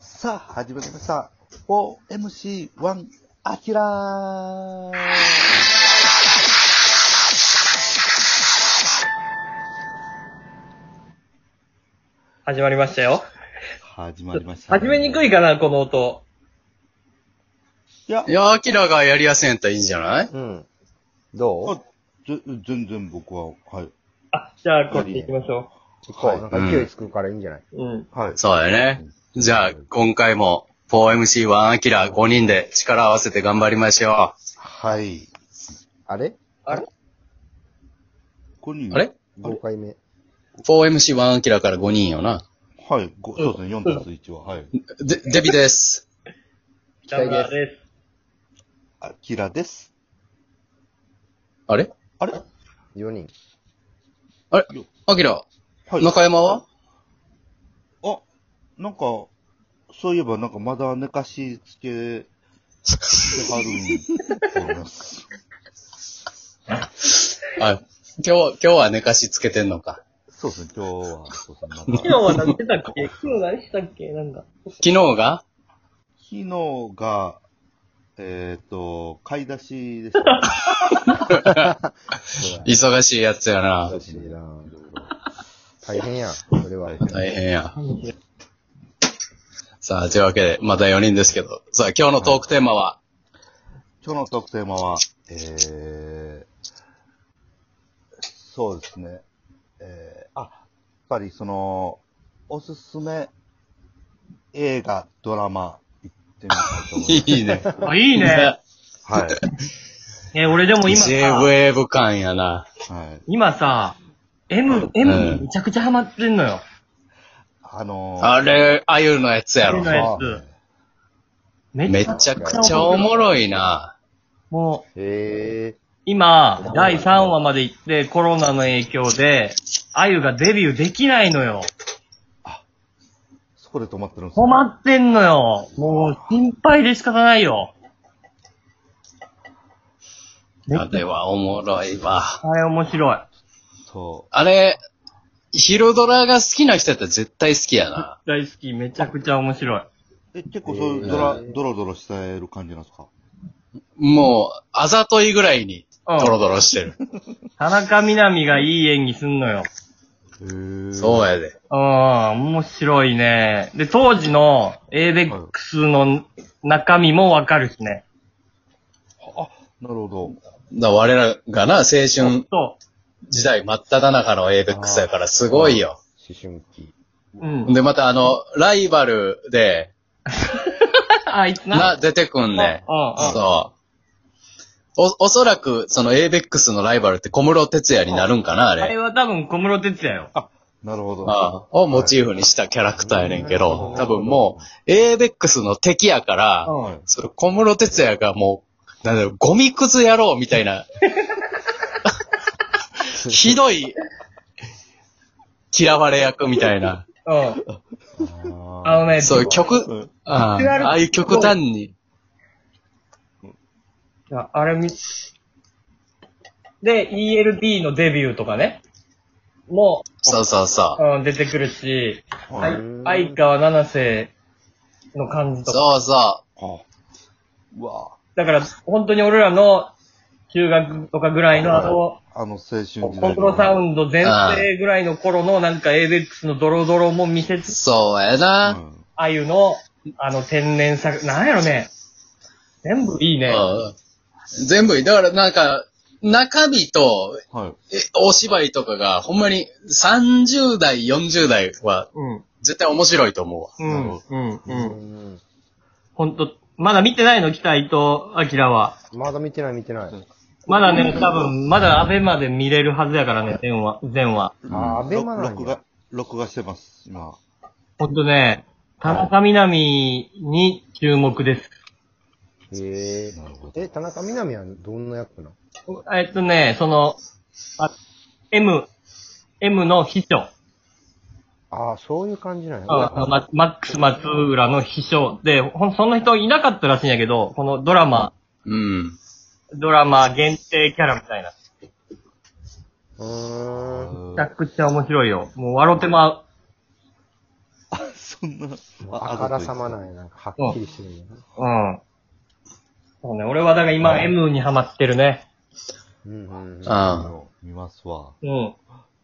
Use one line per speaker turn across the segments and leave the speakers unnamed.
さあ、始まりました。OMC1 アキラー
始まりましたよ。
始まりました、
始めにく
い。
いかな、この音。
いや
い、や、アキラがやりやすいんやったらいいんじゃない
うん。どう
あぜ全然僕は、はい。
あ、じゃあ、こっち行きましょ。
行こ。
はいう
なんか勢いつくからいいんじゃないう
うん。
はい。
そうだよね。じゃあ、今回も、4MC1 アキラ5人で力を合わせて頑張りましょ
はい。
あれ
ここ
う。
に
あれ
?5 回目。
?4MC1 アキラから5人よな。
はい。ごそうですね、4足す1は、はい。
で、デビです。
期待で
アキラです。
あれ
あれ
4人。
あれアキラ、
はい。
中山は
あ、なんか、そういえばなんかまだ寝かしつけてはるん思います。
あ、今日、今日は寝かしつけてんのか。
そうですね、今日は、そうです ね、ま
す。昨日
だ
は何してたっけ昨日何したっけなんか。
昨日が
昨日が、えっ、と、買い出しでした。
忙しいやつやな。
しいな大変や、それは。
大変や。さあ、というわけで、また4人ですけど。さあ、今日のトークテーマは、
今日の特テーマは、えー、そうですね。えー、あ、やっぱりその、おすすめ映画、ドラマ、行ってみたいと思 い
いい ね。
あ、いいね。
ます。
え、俺でも今
j
さ、
w ブ感やな。
はい。はい。
今さ、M、M にめちゃくちゃハマってんのよ。
あのー、
あれ、あゆのやつや
あ
ろ
ゆ。のやつめ
め
っち
ちゃくちゃおもろいな。
もう、
へえ。
今、第3話まで行って、コロナの影響で、あゆがデビューできないのよ。
そこで止まってるんです
止ま
っ
ってんのよ。もう、心配で仕方ないよ。めっ
あ
ちゃ
れはおもろいわ。
あれ面白い。
そ
あれ、ヒロドラが好きな人やったら絶対好きやな。
大好き。めちゃくちゃ面白い。
う。え、結構そういうドラ、ドロドロしてる感じなんですか
もう、あざといぐらいに、
うん
ドロドロしてる。
田中みな実がいい演技すんのよ。
へー
そうやで。
うん、面白いね。で、当時の ABEX の中身もわかるしね。
なるほど。
だ我らがな、青春
そ
時代真っ只中の ABEX やからすごいよ。
思春期。
う。うん。
で、またあの、ライバルで、
あいつな。
な、出てくんね。
うん、うん。
そう。お、おそらく、その ABEX のライバルって小室哲也になるんかな、あ
あれ
れ。
は多分小室哲也よ。
なるほど。
ああをモチーフにしたキャラクターやねんけど、多分もう、ABEX の敵やから、
うん。
それ小室哲也がもう、なんだろう、ゴミくず野郎みたいな、ひどい、嫌われ役みたいな、
うん。あ
あ
のね、
そういう
ーう
曲、
ん
ああ
ビジュアル
ああいう極端に、
ああれみ、で、ELD のデビューとかね。も、
そうそうそう
うん、出てくるし、
はい
あい相川七瀬の感じ
う。
とか。
そうそ
あうわ
だから、本当に俺らの中学とかぐらいのあの、
あの青春時代
コントロサウンド全盛ぐらいの頃のなんか ABEX のドロドロも見せ
う。
つつ、
そうやな。
うん
あゆの、あの天然さ、なんやろね。全部いいね。
うん全部いい、だからなんか、中身と、
はい。
えお芝居とかが、ほんまに30代、40代は、
うん。
絶対面白いと思うわ。
うん。うん。う。
うんん。
ほんと、まだ見てないの期待と、アキラは。
まだ見てない見てない。
まだね、多分、まだアベマで見れるはずやからね、全話、全話。
あー、アベマなん
録
や
画。、録画してます、今。
ほんとね、田中みな実に注目です。
へえ。
なるほど。
え、田中みな実はどんな役なの
えっとね、その、あ M、M の秘書、
ああ、そういう感じなんや。
あまマックス松浦の秘書で、ほんその人いなかったらしいんやけど、このドラマ、
うん。
ドラマ限定キャラみたいな。
うーん。
めちゃくちゃ面白いよ。もう笑ってまう。
そんな、
あからさまなんや、なんか、はっきりしてるんやな。
うん。そうね、俺はだから今 M にハマってるね。
うんうんうん。
あ
見ますわ。
うん。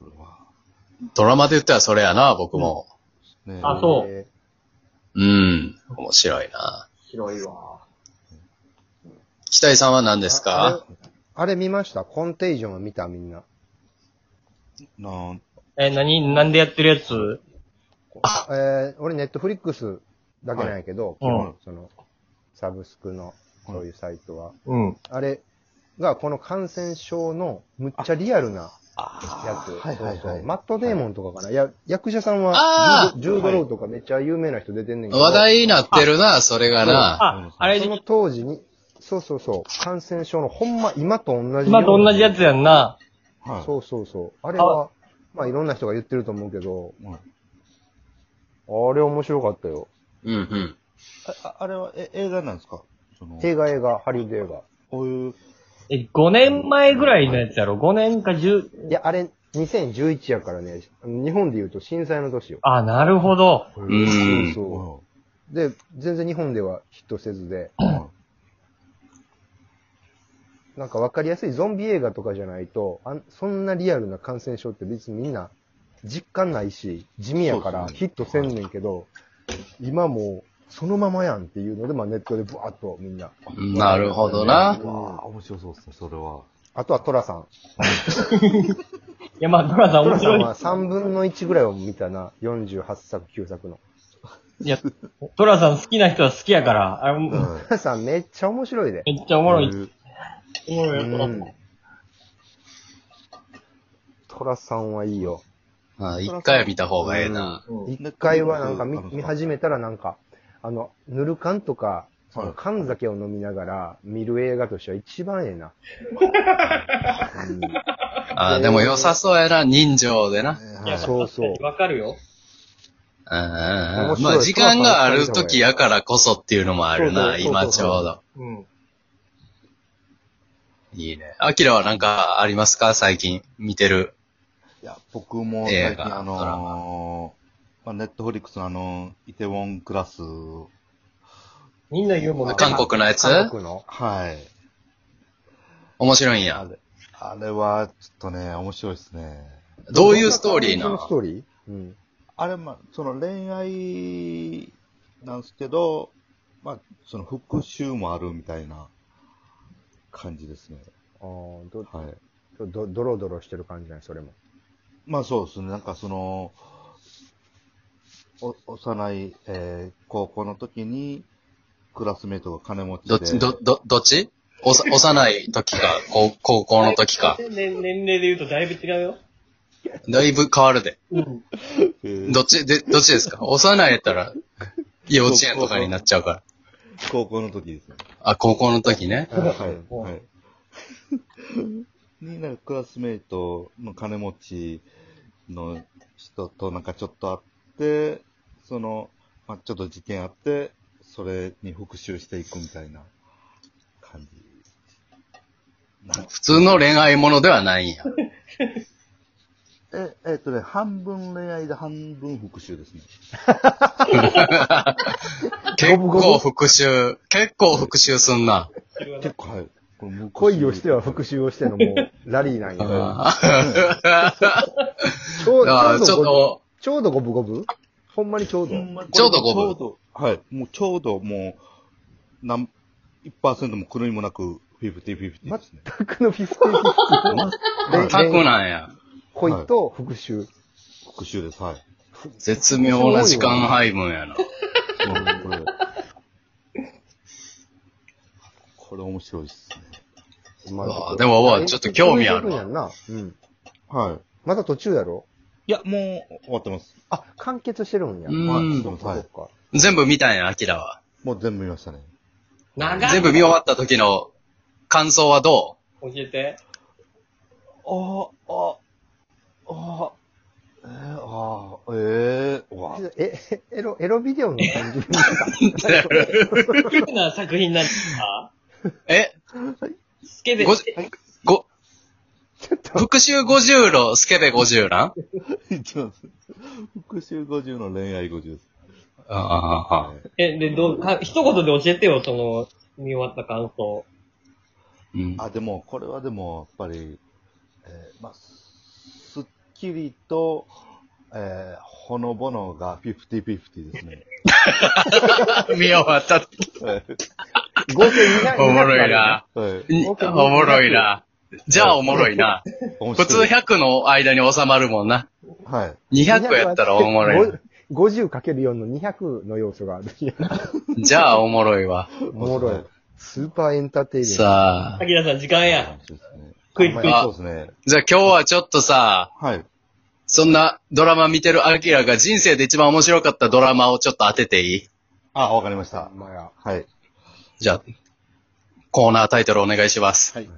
これは。
ドラマで言ったらそれやな、僕も。
ね
あそう
え
うん。面白いな。
白いわ。
北井さんは何
ー
ですか
ああれあれ見ましたコンテージョンは見たみんな。
なん、
え、何なんでやってるやつ
えー、俺ネットフリックスだけなんやけど、
はいうん
その、サブスクの、そういうサイトは。
うん。
あれが、この感染症の、むっちゃリアルなや
あ
つ。
ーはいはい
そう
は
そう
い。
マットデーモンとかかな。いや、役者さん
あ
は
ー、
ジュードローとかめっちゃ有名な人出てんねんけど。
話題になってるな、それがな。
あ、あれ
そ、の当時に、そうそうそう、感染症のほんま今と同じような。
今と同じやつやんな。
はい。
そうそうそう。あれは、まあいろんな人が言ってると思うけど、
うん
あれ面白かったよ。
うんうん。
あああれはえ映画なんですかその、
映画映画、ハリウッド映画。
こういう、
え、5年前ぐらいのやつやろ ?5 年か10、
いや、あれ、2011やからね、日本で言うと震災の年よ。
あ、なるほど。
うん
そうそ
こ
う。で、全然日本ではヒットせずで、
うはい
なんかわかりやすいゾンビ映画とかじゃないと、あんそんなリアルな感染症って別にみんな実感ないし、地味やから
そうです
ヒ
ね
ットせんねんけど、今もうそのままやんっていうので、まあネットでブワーッとみんな。
なるほどな。
うわあ、面白そうですね、それは。
あとはトラさん。
いや、まあ、ドラさん
ト
面
ラさ
白
ん
い。
は3分の1ぐらいを見たな。48作、9作の。
いや、トラさん好きな人は好きやから、あれ、め
トラさんめっちゃ面白いで。
っちゃおもろい。
うん
おもろいやつ
うんトラさんはいいよ。
あ一回は見た方がええな。
うん
一回はなんか見
うん
見始めたらなんか、あの、ぬるかんとか、そ
は
の
い
缶酒を飲みながら見る映画としては一番ええな。うん
あでも良さそうやな、人情でな。
ね
いや、
はい
そうそう
わかるよ。
うんうん
面
うん。
白
ま
い
あ時間がある時やからこそっていうのもあるな、
そうそうそうそう
今ちょうど。
うん。
いいね。アキラはなんかありますか最近見てる。
いや、僕も
映
最
画
近あ
ドラ
のー、まあ、ネットフリックスのあの、イテウォンクラス、
みんな言うもんね。
韓国のやつ
韓国の
はい。
面白いん
あ
や。
れ、あれは、ちょっとね、面白いですね。
どういうストーリーな
どんな感じのストーリーうん。
あれ、まあ、その恋愛なんですけど、まあ、その復讐もあるみたいな感じですね。
あーど
はい。
どドロドロしてる感じなんやそれも。
まあそうですね、なんかその、お幼い、えー高校の時に、クラスメイトが金持ちで。
どっち、ど、ど、どっちおさ幼い時か、高高校の時か。
年年齢で言うとだいぶ違うよ。
だいぶ変わるで。
うん。
えー
どっち、で、どっちですか幼いやったら、幼稚園とかになっちゃうから。
高校の時ですね。
あ、高校の時ね。
はい。
うん
はい。に、なんかクラスメイトの金持ちの人となんかちょっと会って、その、まあ、ちょっと事件あって、それに復讐していくみたいな感じ。なん
普通の恋愛ものではないんや。
え、えっとね、半分恋愛で半分復讐ですね。
結構復讐、結構復讐すんな。
結構、はい。これ
恋をしては復
讐。
讐をしてのもう、ラリーなんや。ち
う
ょ
んだから
う
ちょっ
ど、
と、
ちょうど五分五分ほんまにちょうど。
ちょうど五分
ちょうど、はい。もうちょうどもう、なん、1%も狂いもなく、50-50ですね。
全くのフィフティフィフティ
はい
タクなんや。
恋と復讐。
復讐です、はい。
絶妙な時間配分やな。
うんこれ。 これ面白いですね。
ま
あーでもまあちょっと興味あるわ
やんな。うん。
はい。
まだ途中やろ
いや、もう終わってます。
あ、完結してるんや。
うん
はい。
そっかそっか。
全部見たんや、アキラは。
もう全部見ましたね。
長い。
全部見終わった時の感想はど
教えて。
ああ、ああ、えああ、ええわ。
え、えエロ、エロビデオの感じで 見
好きな作品なんですか
うえ
スケベ。
ごじご、復讐50路、スケベ50なん
言ってます。復讐50の恋愛50です。
ああ、ああ、
え
え、で、どう、か、一言で教えてよ、その、見終わった感想。
うん。
あ、でも、これはでも、やっぱり、えーまあ、すっきりと、えーほのぼのが50-50です ね。
見終わった。
合計200
おもろいな。
はい
うんおもろいな。じゃあおもろいな。
面白
普
い
通100の間に収まるもんな。
はい。
200やったらおもろいな。
50×4 の200の要素がある。
じゃあ おもろいわ。
おもろい。スーパーエンターテイメント。
さあ。
滝田さん、時間や。
そうですね。
クイズ
は
クイ
い
ズ
そうですね。
じゃあ今日はちょっとさ、
はい。
そんなドラマ見てるアキラが人生で一番面白かったドラマをちょっと当てていい
あ、わかりました
ほん。まや。
はい。
じゃあ、コーナータイトルお願いします。
はい。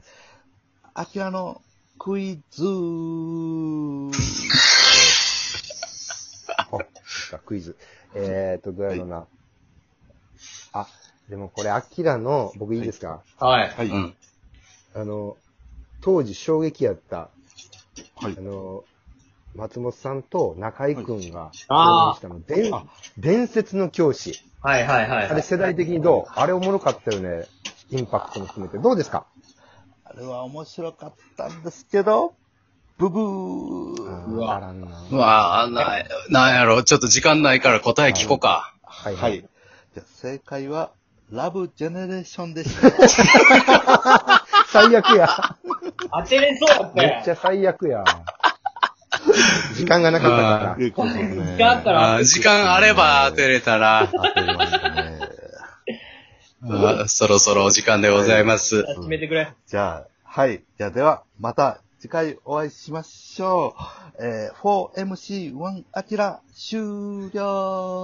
あきらのクイズー。
さあクイズ。えーと、どうやろうな。あ、でもこれ、アキラの、僕いいですか、
はい。
は
う
い。はい。
ん。
あの、当時衝撃やった、
は
あの、松本さんと中井くんが、
あー
したの、でん
あ
伝説の教師。
はいはいはい。
あれ世代的にどうあれおもろかったよね。インパクトも含めて。どうですか
あれは面白かったんですけど、ブブ
あ
ー。
ーあらんな。
うわあ、な、なんやろ、ちょっと時間ないから答え聞こうか。
はい
は
はいい。。
じゃあ正解は、ラブジェネレーションでした。
最悪や。
当てれそうだった
め
や
っ
ん。
ちゃ最悪や。時間がなかったから。
いうことでね
時間あったら
あー時間あれば当てれたら、
当てましたね。
あーそろそろお時間でございます。
決めてくれ。
じゃあ、はい。じゃあでは、また次回お会いしましょう。えー、4MC1 アキラ終了